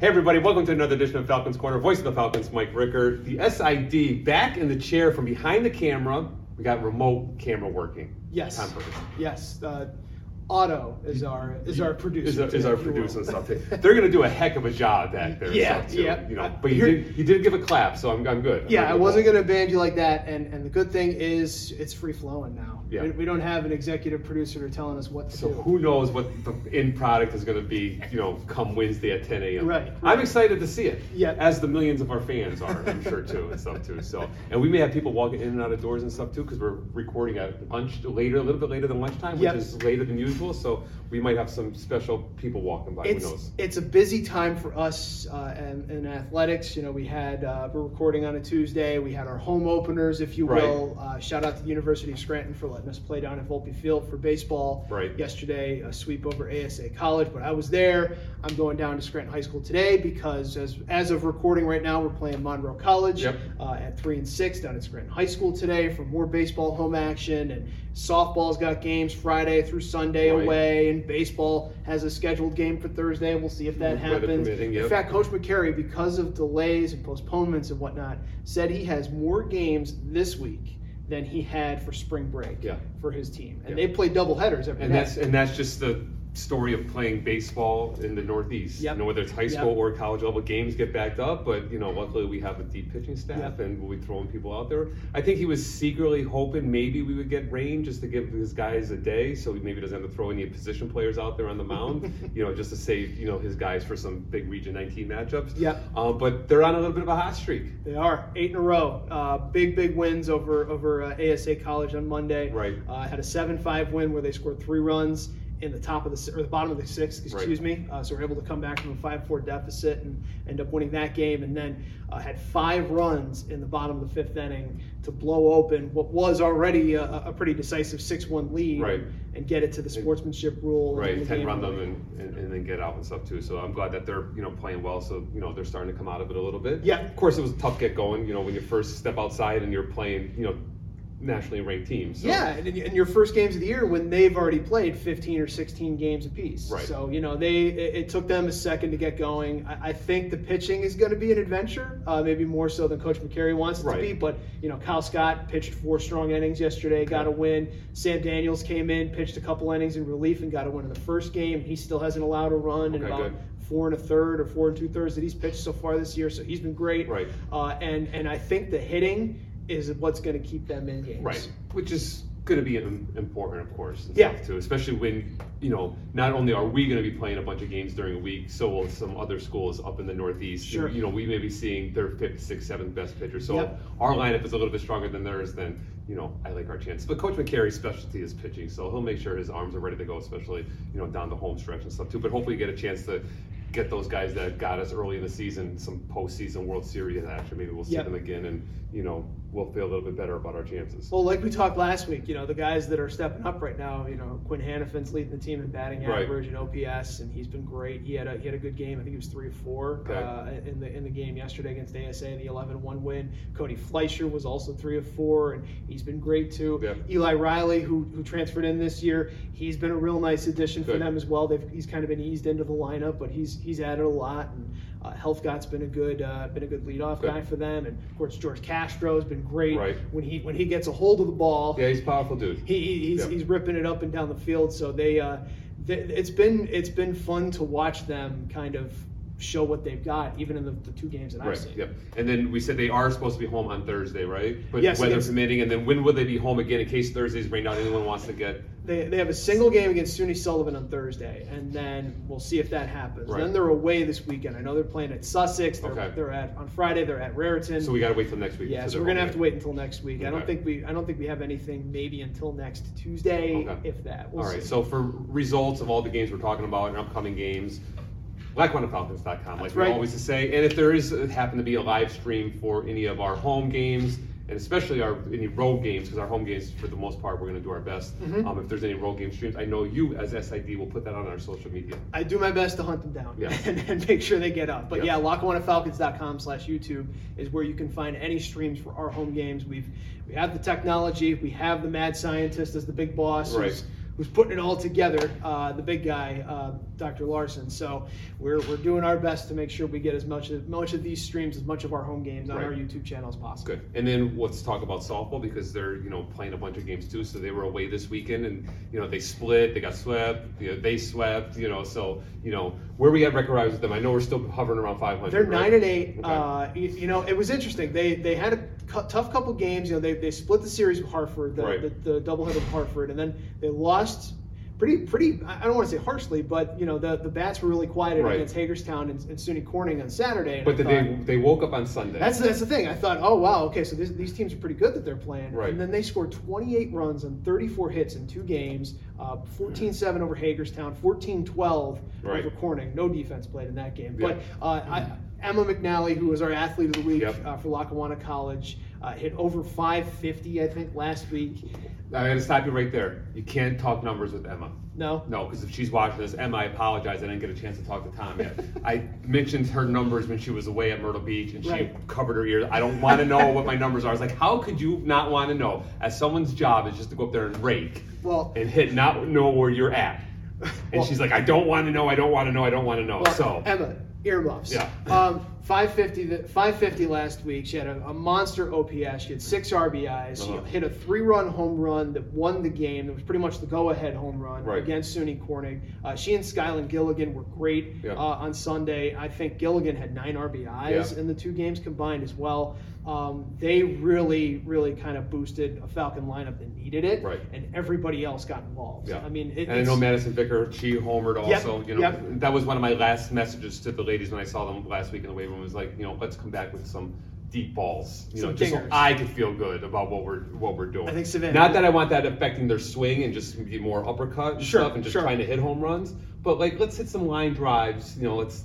Hey, everybody, welcome to another edition of Falcons Corner. Voice of the Falcons, Mike Rickard. The SID back in the chair from behind the camera. We got remote camera working. Yes. Tom Perkins. Yes. Uh, Otto is our is our producer. Is, our- is today, our if you will. producer and stuff. They- They're going to do a heck of a job back there. Yeah, so, too, yeah. You I- know, but you here- did, you did give a clap, so I'm, I'm good. Yeah, I wasn't gonna ban you like that, and and the good thing is it's free flowing now. Yeah. We, we don't have an executive producer telling us what to So do. who knows what the end product is going to be, you know, come Wednesday at 10 a.m. Right, I'm excited to see it. Yeah. As the millions of our fans are, I'm sure too, and stuff too. So, and we may have people walking in and out of doors and stuff too, because we're recording at lunch later, a little bit later than lunchtime, which Yep. is later than usual. So we might have some special people walking by. it's who knows? it's a busy time for us uh, in, in athletics. You know, we had uh, we're recording on a Tuesday. We had our home openers, if you Right. will. Uh, shout out to the University of Scranton for letting us play down at Volpe Field for baseball Right. yesterday. A sweep over ASA College, but I was there. I'm going down to Scranton High School today because as as of recording right now, we're playing Monroe College Yep. uh, at three and six down at Scranton High School today for more baseball home action and softball's got games Friday through Sunday Right. away and baseball has a scheduled game for Thursday. We'll see if that Mm-hmm. Weather happens. permitting, In yep. fact, Coach McCary, because of delays and postponements and whatnot, said he has more games this week than he had for spring break Yeah. for his team, and Yeah. they play double headers every And night. that's and that's just the story of playing baseball in the Northeast. Yep. You know, whether it's high Yep. school or college level, games get backed up. But you know, luckily we have a deep pitching staff, Yep. and we'll be throwing people out there. I think he was secretly hoping maybe we would get rain just to give his guys a day, so he maybe doesn't have to throw any position players out there on the mound. you know, just to save you know his guys for some big Region 19 matchups. Yep. Uh, but they're on a little bit of a hot streak. They are eight in a row. Uh, big, big wins over over uh, ASA College on Monday. Right. Uh, had a seven-five win where they scored three runs in the top of the si- or the bottom of the sixth. Excuse me. Uh, so we're able to come back from a five-four deficit and end up winning that game, and then uh, had five runs in the bottom of the fifth inning to blow open what was already a, a pretty decisive six-one lead. Right. And get it to the sportsmanship rule. and Right, the ten game run winner. them and, and, and then get out and stuff too. So I'm glad that they're you know playing well. So you know they're starting to come out of it a little bit. Yeah. Of course, it was a tough get going. You know when you first step outside and you're playing you know nationally ranked teams. So. Yeah, and, and your first games of the year when they've already played 15 or 16 games apiece. Right. So, you know, they it, it took them a second to get going. I, I think the pitching is going to be an adventure, uh, maybe more so than Coach McCary wants it Right. to be. But, you know, Kyle Scott pitched four strong innings yesterday, got a win. Sam Daniels came in, pitched a couple innings in relief, and got a win in the first game. He still hasn't allowed a run in Okay, about good. four and a third or four and two thirds that he's pitched so far this year. So he's been great. Right. Uh, and, and I think the hitting is what's going to keep them in games. Right, which is going to be im- important, of course. and Yeah. stuff, Too, especially when you know not only are we going to be playing a bunch of games during a week, so will some other schools up in the Northeast. Sure. You know, we may be seeing their fifth, sixth, seventh best pitcher. So Yep. our lineup is a little bit stronger than theirs. Then you know, I like our chances. But Coach McCarey's specialty is pitching, so he'll make sure his arms are ready to go, especially you know down the home stretch and stuff too. But hopefully, get a chance to. Get those guys that got us early in the season some postseason World Series action. Maybe we'll see Yep. them again, and you know we'll feel a little bit better about our chances. Well, like we talked last week, you know, the guys that are stepping up right now, you know, Quinn Hannafin's leading the team in batting Right. average and OPS, and he's been great. He had a he had a good game. I think he was three or four Okay. uh, in the in the game yesterday against ASA, the 11-1 win. Cody Fleischer was also three of four, and he's been great too. Yep. Eli Riley, who who transferred in this year, he's been a real nice addition for Good. them as well. They've he's kind of been eased into the lineup, but he's he's added a lot. And uh, Helfgott's been a good uh, been a good leadoff Good. guy for them, and of course George Castro has been great Right. when he when he gets a hold of the ball, Yeah, he's a powerful dude. he, he- he's, Yeah. he's ripping it up and down the field. So they, uh, they, it's been it's been fun to watch them kind of show what they've got, even in the, the two games that I've Right. seen. Yep. And then we said they are supposed to be home on Thursday, right? But Yes, weather against- permitting. And then when will they be home again in case Thursday's rained out? Anyone wants to get They, they have a single game against SUNY Sullivan on Thursday, and then we'll see if that happens. Right. Then they're away this weekend. I know they're playing at Sussex. They're, Okay. they're at on Friday. They're at Raritan. so we got to wait till next week. yeah, to so their we're gonna home have to game. wait until next week. I don't Okay. think we I don't think we have anything maybe until next Tuesday, Okay. if that. We'll All right. see. So for results of all the games we're talking about and upcoming games, BlackWandaFalcons.com, like That's we right. always say. And if there is happen to be a live stream for any of our home games, and especially our any road games, because our home games for the most part we're going to do our best. Mm-hmm. Um, if there's any road game streams, I know you as SID will put that on our social media. I do my best to hunt them down Yeah. and, and make sure they get up. But Yeah. yeah, lackawanafalcons.com slash YouTube is where you can find any streams for our home games. We've we have the technology, we have the mad scientist as the big boss Right. who's who's putting it all together, uh, the big guy, uh, Dr. Larson. So we're, we're doing our best to make sure we get as much as much of these streams, as much of our home games on Right. our YouTube channel as possible. Good. And then let's talk about softball because they're you know playing a bunch of games too. So they were away this weekend, and you know they split, they got swept, you know, they swept, you know. So you know where we at record wise with them. I know we're still hovering around 500. They're right? nine and eight. Okay. Uh, you, you know, it was interesting. They they had a cu- tough couple games. You know, they, they split the series with Hartford, the, Right. the, the doubleheader with Hartford, and then they lost pretty pretty. I I don't want to say harshly, but you know, the, the bats were really quieted Right. against Hagerstown and, and SUNY Corning on Saturday. and I But then thought- they they woke up on Sunday. That's that's the thing. I thought, oh wow, okay, so this, these teams are pretty good that they're playing. Right. And then they scored 28 runs and 34 hits in two games, uh, 14-7 over Hagerstown, 14-12 Right. over Corning. No defense played in that game. Yeah. But uh, I, Emma McNally, who was our athlete of the week Yep. uh, for Lackawanna College, uh, hit over 550, I think, last week. I gotta stop you right there. You can't talk numbers with Emma. No. No, because if she's watching this, Emma, I apologize. I didn't get a chance to talk to Tom yet. I mentioned her numbers when she was away at Myrtle Beach, and she Right. covered her ears. I don't want to know what my numbers are. I was like, how could you not want to know? As someone's job is just to go up there and rake Well, and hit, not know where you're at. And Well- she's like, I don't want to know. I don't want to know. I don't want to know. Well, so Emma, earmuffs. Yeah. Um, 550, th- 550 last week. She had a, a monster OPS. She had six RBIs. Uh-huh. She hit a three run home run that won the game. That was pretty much the go ahead home run Right. against SUNY Corning. Uh, she and Skyland Gilligan were great Yeah. uh, on Sunday. I think Gilligan had nine RBIs Yeah. in the two games combined as well. Um, they really, really kind of boosted a Falcon lineup that needed it. Right. And everybody else got involved. Yeah. I mean, it, and I it's- know Madison Vicker, she homered Yep, also. you know, yep. that was one of my last messages to the ladies when I saw them last week in the weight room. Was like, you know, let's come back with some deep balls. You know, Some just so dingers. I could feel good about what we're what we're doing. I think Savannah- Not that I want that affecting their swing and just be more uppercut and Sure, stuff and just sure. trying to hit home runs, but like let's hit some line drives. You know, let's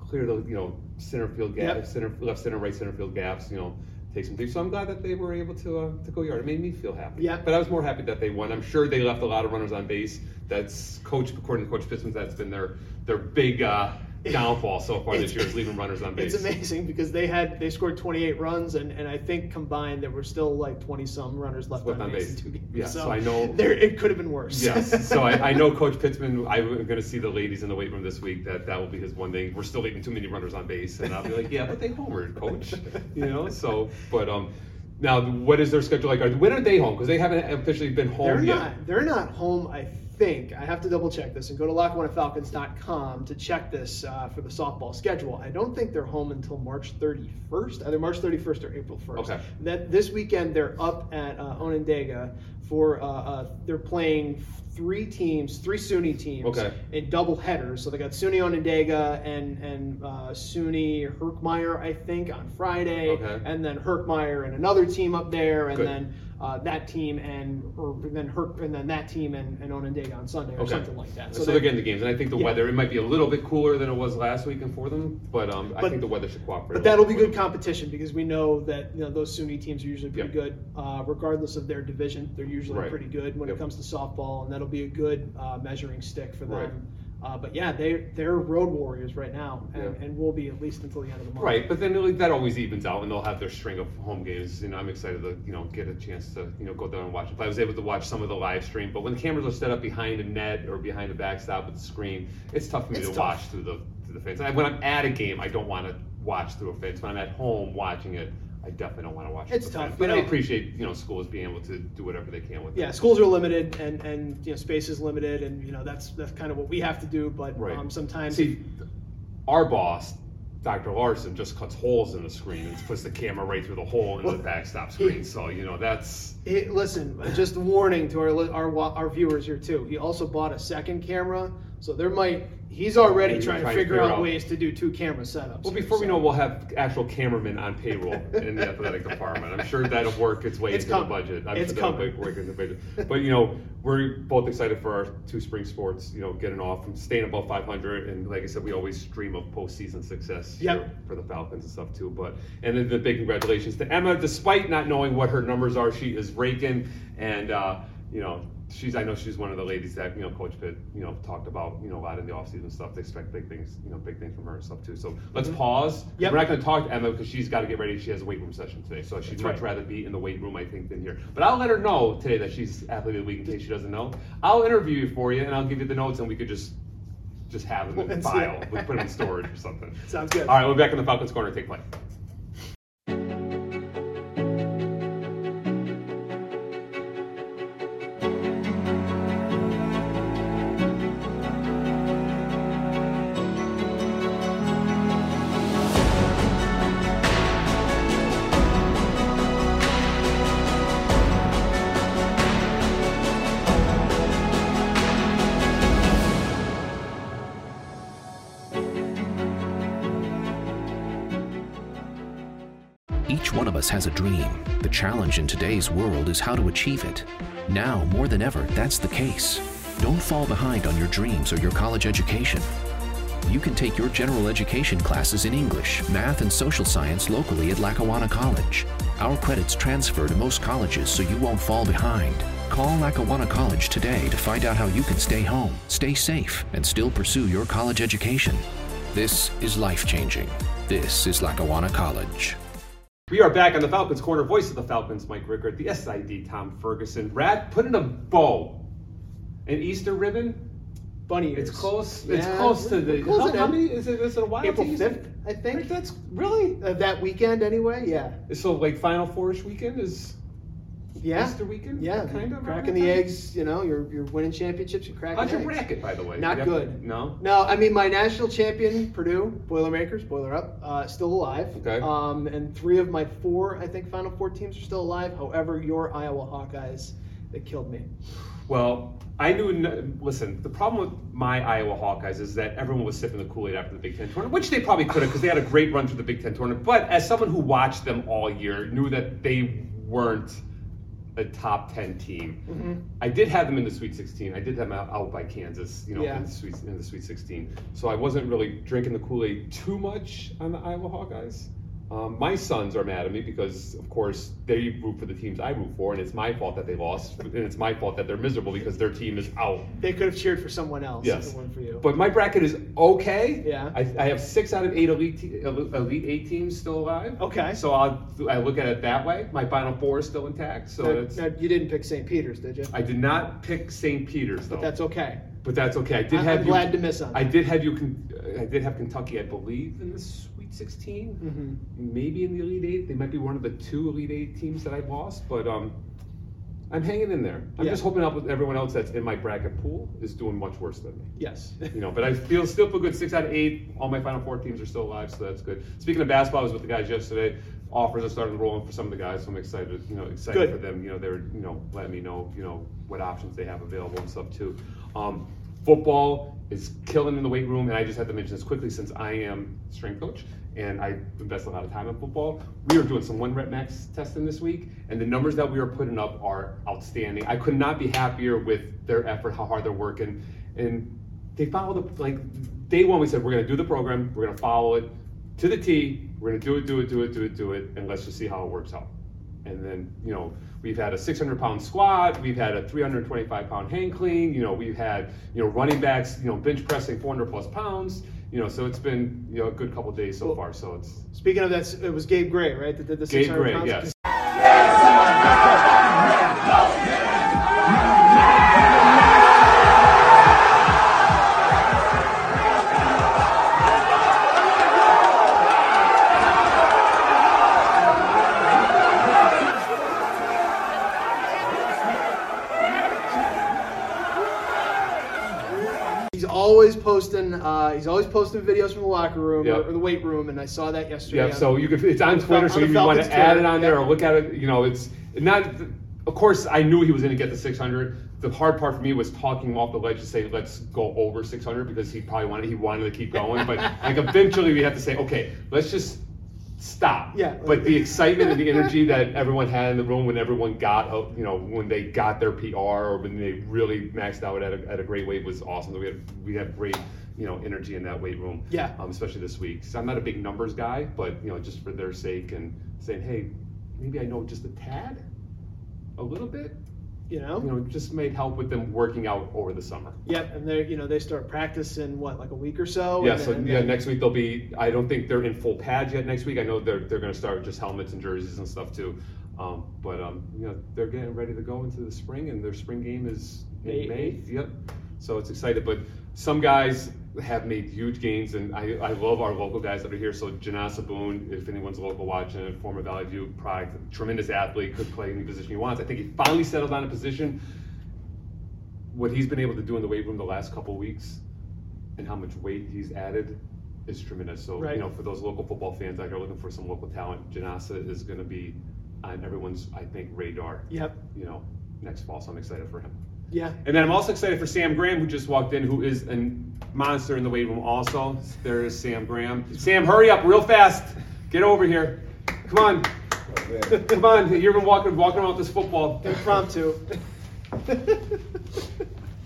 clear the you know center field gap, Yep. center left center right center field gaps. You know. Take some deep. So I'm glad that they were able to uh, to go yard. It made me feel happy. Yeah. But I was more happy that they won. I'm sure they left a lot of runners on base. That's coach, according to Coach Pistons, that's been their their big uh, downfall so far this year is leaving runners on base. It's amazing because they had they scored 28 runs and, and I think combined there were still like 20 some runners left Left on, on base. base. in two games. Yeah, so I know- there it could have been worse. Yes. So I, I know Coach Pittman. I'm going to see the ladies in the weight room this week. That that will be his one thing. We're still leaving too many runners on base, and I'll be like, yeah, but they homered, Coach. You know. So, but um, now what is their schedule like? Are, when are they home? Because they haven't officially been home they're yet. not they're not home. I think I have to double check this and go to LackawannaFalcons.com to check this uh, for the softball schedule. I don't think they're home until March 31st, either March 31st or April 1st. Okay. That this weekend they're up at uh, Onondaga for uh, uh, they're playing three teams, three SUNY teams Okay. in double headers. So they got SUNY Onondaga and and uh, SUNY Herkmeyer, I think, on Friday, Okay. and then Herkmeyer and another team up there, and Good. then uh, that team and or then Herc and then that team and, and Onondaga on Sunday or Okay. something like that. So, they're getting the games, and I think the Yeah. weather it might be a little bit cooler than it was last weekend for them, but um, I But- think the weather should cooperate. But a little that'll be bit good competition because we know that you know those SUNY teams are usually pretty Yep. good, uh, regardless of their division. They're usually Right. pretty good when Yep. it comes to softball, and that'll be a good uh, measuring stick for them. Right. Uh, but yeah, they they're road warriors right now, and, Yeah. and will be at least until the end of the month. Right, but then like, that always evens out, and they'll have their string of home games. And I'm excited to you know get a chance to you know go down and watch. it. I was able to watch some of the live stream, but when the cameras are set up behind a net or behind a backstop with the screen, it's tough for me It's to tough. watch through the through the fence. And when I'm at a game, I don't want to watch through a fence. When I'm at home watching it, I definitely don't want to watch. It's through a tough, fence. you but I know. appreciate you know schools being able to do whatever they can with it. Yeah, schools are limited, and and you know space is limited, and you know that's that's kind of what we have to do. But Right. um, sometimes See, our boss, Dr. Larson, just cuts holes in the screen and puts the camera right through the hole in Well, the backstop screen. So you know that's He, listen, just a warning to our, li- our wa- our viewers here too. He also bought a second camera, so there might he's already He's trying, to figure, out, ways to do two camera setups. Well, here, before we so. know, it, we'll have actual cameramen on payroll in the athletic department. I'm sure that'll work its way It's into the coming. budget. I'm It's sure that'll coming. work- work into the budget. But you know, we're both excited for our two spring sports. You know, getting off, from staying above 500, and like I said, we always dream of postseason success Yep. here for the Falcons and stuff too. But and then the big congratulations to Emma, despite not knowing what her numbers are, she is raking and. uh you know, she's I know she's one of the ladies that you know Coach Pitt you know talked about you know a lot in the offseason stuff. They expect big things, you know, big things from her and stuff too. So let's pause. Mm-hmm. Yep. We're not going to talk to Emma because she's got to get ready. She has a weight room session today, so she'd That's much right. rather be in the weight room I think than here. But I'll let her know today that she's athlete of the week in case she doesn't know. I'll interview you for you and I'll give you the notes and we could just just have them in Let's- file. We put them in storage or something. Sounds good. All right, we'll be back in the Falcons corner. Take play. Each one of us has a dream. The challenge in today's world is how to achieve it. Now, more than ever, that's the case. Don't fall behind on your dreams or your college education. You can take your general education classes in English, math, and social science locally at Lackawanna College. Our credits transfer to most colleges so you won't fall behind. Call Lackawanna College today to find out how you can stay home, stay safe, and still pursue your college education. This is life changing. This is Lackawanna College. We are back on the Falcons corner. Voice of the Falcons, Mike Rickert, the SID, Tom Ferguson. Brad, put in a bow. An Easter ribbon? Bunny It's ears. close. It's Yeah, close to we're- the. we're close how, to how that. many is it? Is it a wild April tease? 5th, I think. That's really Uh, that weekend anyway. Yeah. so. Like Final Fourish weekend is Yeah. Easter weekend. Yeah. kind of cracking around the that time? eggs. You know, you're you're winning championships. You're cracking. How's your eggs. bracket, by the way? Not You have to- good. no. No, I mean my national champion, Purdue Boilermakers, Boiler Up, uh, still alive. Okay. Um, and three of my four, I think, Final Four teams are still alive. However, your Iowa Hawkeyes, that killed me. Well, I knew. n- Listen, the problem with my Iowa Hawkeyes is that everyone was sipping the Kool Aid after the Big Ten tournament, which they probably could have because they had a great run through the Big Ten tournament. But as someone who watched them all year, knew that they weren't a top ten team. Mm-hmm. I did have them in the Sweet 16. I did have them out, out by Kansas, you know, Yeah. in, the Sweet, in the Sweet 16. So I wasn't really drinking the Kool Aid too much on the Iowa Hawkeyes. Um, my sons are mad at me because, of course, they root for the teams I root for, and it's my fault that they lost, and it's my fault that they're miserable because their team is out. They could have cheered for someone else. if Yes. it weren't for you. But my bracket is okay. Yeah. I, I have six out of eight elite, te- elite eight teams still alive. okay. So I I look at it that way. My final four is still intact. So Now- that's, now, you didn't pick St. Peter's, did you? I did not pick St. Peter's though. That's okay. But that's okay. I Oh. did I'm- have I'm you. glad to miss on I that. did have you. Con- uh, I did have Kentucky, I believe, in the Sweet 16 Mhm. maybe in the Elite Eight. They might be one of the two Elite Eight teams that I lost, but um, I'm hanging in there. I'm Yeah. just hoping out with everyone else that's in my bracket pool is doing much worse than me. Yes. You know, but I feel still feel good. Six out of eight. All my Final Four teams are still alive, so that's good. Speaking of basketball, I was with the guys yesterday. Offers are starting rolling for some of the guys, so I'm excited. You know, excited Good. for them. You know, they're you know letting me know you know what options they have available and stuff too. Um, football is killing in the weight room, and I just had to mention this quickly since I am strength coach and I invest a lot of time in football. We are doing some one rep max testing this week, and the numbers that we are putting up are outstanding. I could not be happier with their effort, how hard they're working, and they follow the like day one we said we're gonna do the program, we're gonna follow it to the T, we're gonna do it, do it, do it, do it, do it, and let's just see how it works out. And then, you know, we've had a 600 pound squat, we've had a 325 pound hang clean, you know, we've had, you know, running backs, you know, bench pressing 400 plus pounds, you know, so it's been, you know, a good couple days so far. So it's Speaking of that, it was Gabe Gray, right? That did the Gabe 600 Gray, pounds? yes. He's always posting. Uh, he's always posting videos from the locker room Yep. or, or the weight room, and I saw that yesterday. Yeah, so you could, it's on the Twitter, Fal- so on the if you want Falcons to add it Twitter, on there yeah. or look at it, you know, it's not, of course, I knew he was going to get the 600. The hard part for me was talking him off the ledge to say, let's go over 600 because he probably wanted, he wanted to keep going. But like eventually we have to say, okay, let's just stop. Yeah. But the excitement and the energy that everyone had in the room when everyone got, a- you know, when they got their PR or when they really maxed out at a, at a great weight was awesome. We had, we had great, you know, energy in that weight room Yeah. um, especially this week. So I'm not a big numbers guy, but you know, just for their sake and saying, hey, maybe I know just a tad, a little bit, you know? you know, just made help with them working out over the summer. Yep, and they you know they start practice in what like a week or so. Yeah, and so then- yeah, next week they'll be. I don't think they're in full pads yet. Next week, I know they're they're going to start just helmets and jerseys and stuff too. Um, but um, you know, they're getting ready to go into the spring, and their spring game is in May May. 8th. Yep. So it's excited. But some guys have made huge gains, and I, I love our local guys that are here. So Janasa Boone, if anyone's local watching, former Valley View product, tremendous athlete, could play any position he wants. I think he finally settled on a position. What he's been able to do in the weight room the last couple weeks, and how much weight he's added is tremendous. So Right. you know, for those local football fans that are looking for some local talent, Janasa is going to be on everyone's, I think, radar. Yep. You know, next fall. So I'm excited for him. Yeah. And then I'm also excited for Sam Graham, who just walked in, who is a monster in the weight room. Also, there is Sam Graham. Sam, hurry up, real fast. Get over here. Come on, come on. You've been walking walking around with this football. Impromptu.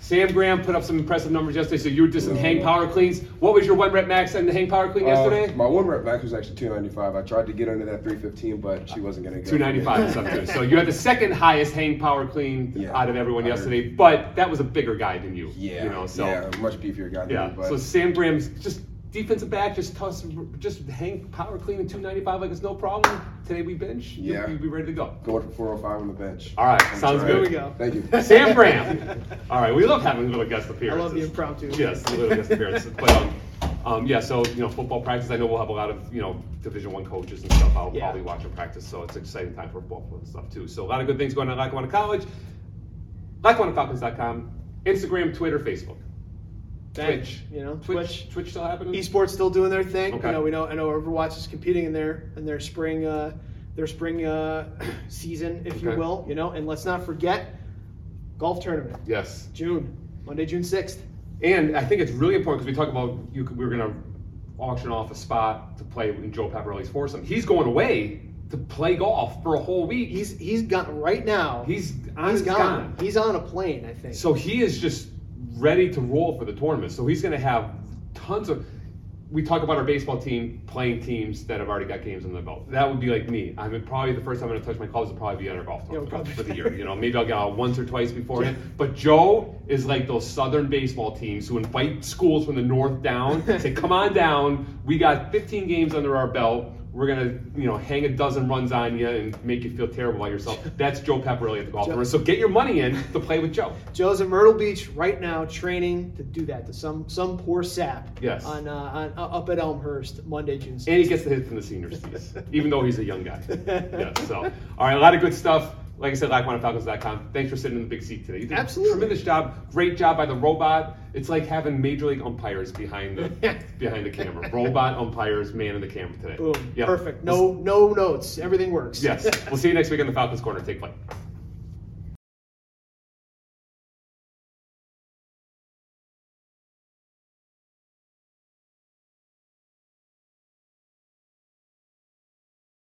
Sam Graham put up some impressive numbers yesterday. So you did some hang power cleans. What was your one rep max and the hang power clean yesterday? Uh, my one rep max was actually 295. I tried to get under that 315, but she wasn't going to go. 295 and something. So you had the second highest hang power clean Yeah. out of everyone I heard. yesterday, but that was a bigger guy than you. Yeah. You know, so yeah, much beefier guy. than Yeah. me, but so Sam Graham's just defensive back, just toss, just hang power clean in 295 like it's no problem. Today we bench. you- Yeah. You'll be ready to go. going for 405 on the bench. All right. I'm Sounds trying. good. Here we go. Thank you. Sam Graham. All right. We love having little guest I appearances. love the impromptu. Yes, the little guest appearances. But um, um, yeah. So you know, football practice. I know we'll have a lot of you know Division One coaches and stuff. I'll Yeah. probably watch them practice. So it's an exciting time for football and stuff too. So a lot of good things going on at Lackawanna College. LackawannaFalcons.com, Instagram, Twitter, Facebook, Dang, Twitch. You know, Twitch. Twitch. Twitch still happening. Esports still doing their thing. Okay. You know, we know. I know Overwatch is competing in their in their spring uh, their spring uh, season, if you Okay. will. You know, and let's not forget golf tournament Yes. June Monday, June sixth. And I think it's really important because we talk about you, could- we we're going to auction off a spot to play in Joe Paparelli's foursome. He's going away to play golf for a whole week. He's He's he's gone right now. he's on he's his gone. gone. He's on a plane, I think. So he is just ready to roll for the tournament. So he's going to have tons of. We talk about our baseball team playing teams that have already got games on the belt. That would be like me. I mean, probably the first time I'm going to touch my clubs will probably be on our golf Yeah, tournament probably. for the year. You know, maybe I'll get out once or twice beforehand. But Joe is like those southern baseball teams who invite schools from the north down. Say, come on down. We got 15 games under our belt. We're gonna, you know, hang a dozen runs on you and make you feel terrible about yourself. That's Joe Paparelli at the golf tournament. So get your money in to play with Joe. Joe's in Myrtle Beach right now, training to do that to some some poor sap. Yes. On, uh, on uh, up at Elmhurst Monday, June sixth. And he gets the hit from the seniors, tees, even though he's a young guy. Yeah, so, all right, a lot of good stuff. Like I said, LackawannaFalcons.com. Thanks for sitting in the big seat today. You did Absolutely. a tremendous job. Great job by the robot. It's like having major league umpires behind the behind the camera. Robot umpires, man in the camera today. Boom. Yep. Perfect. No no notes. Everything works. Yes. We'll see you next week on the Falcons Corner. Take flight.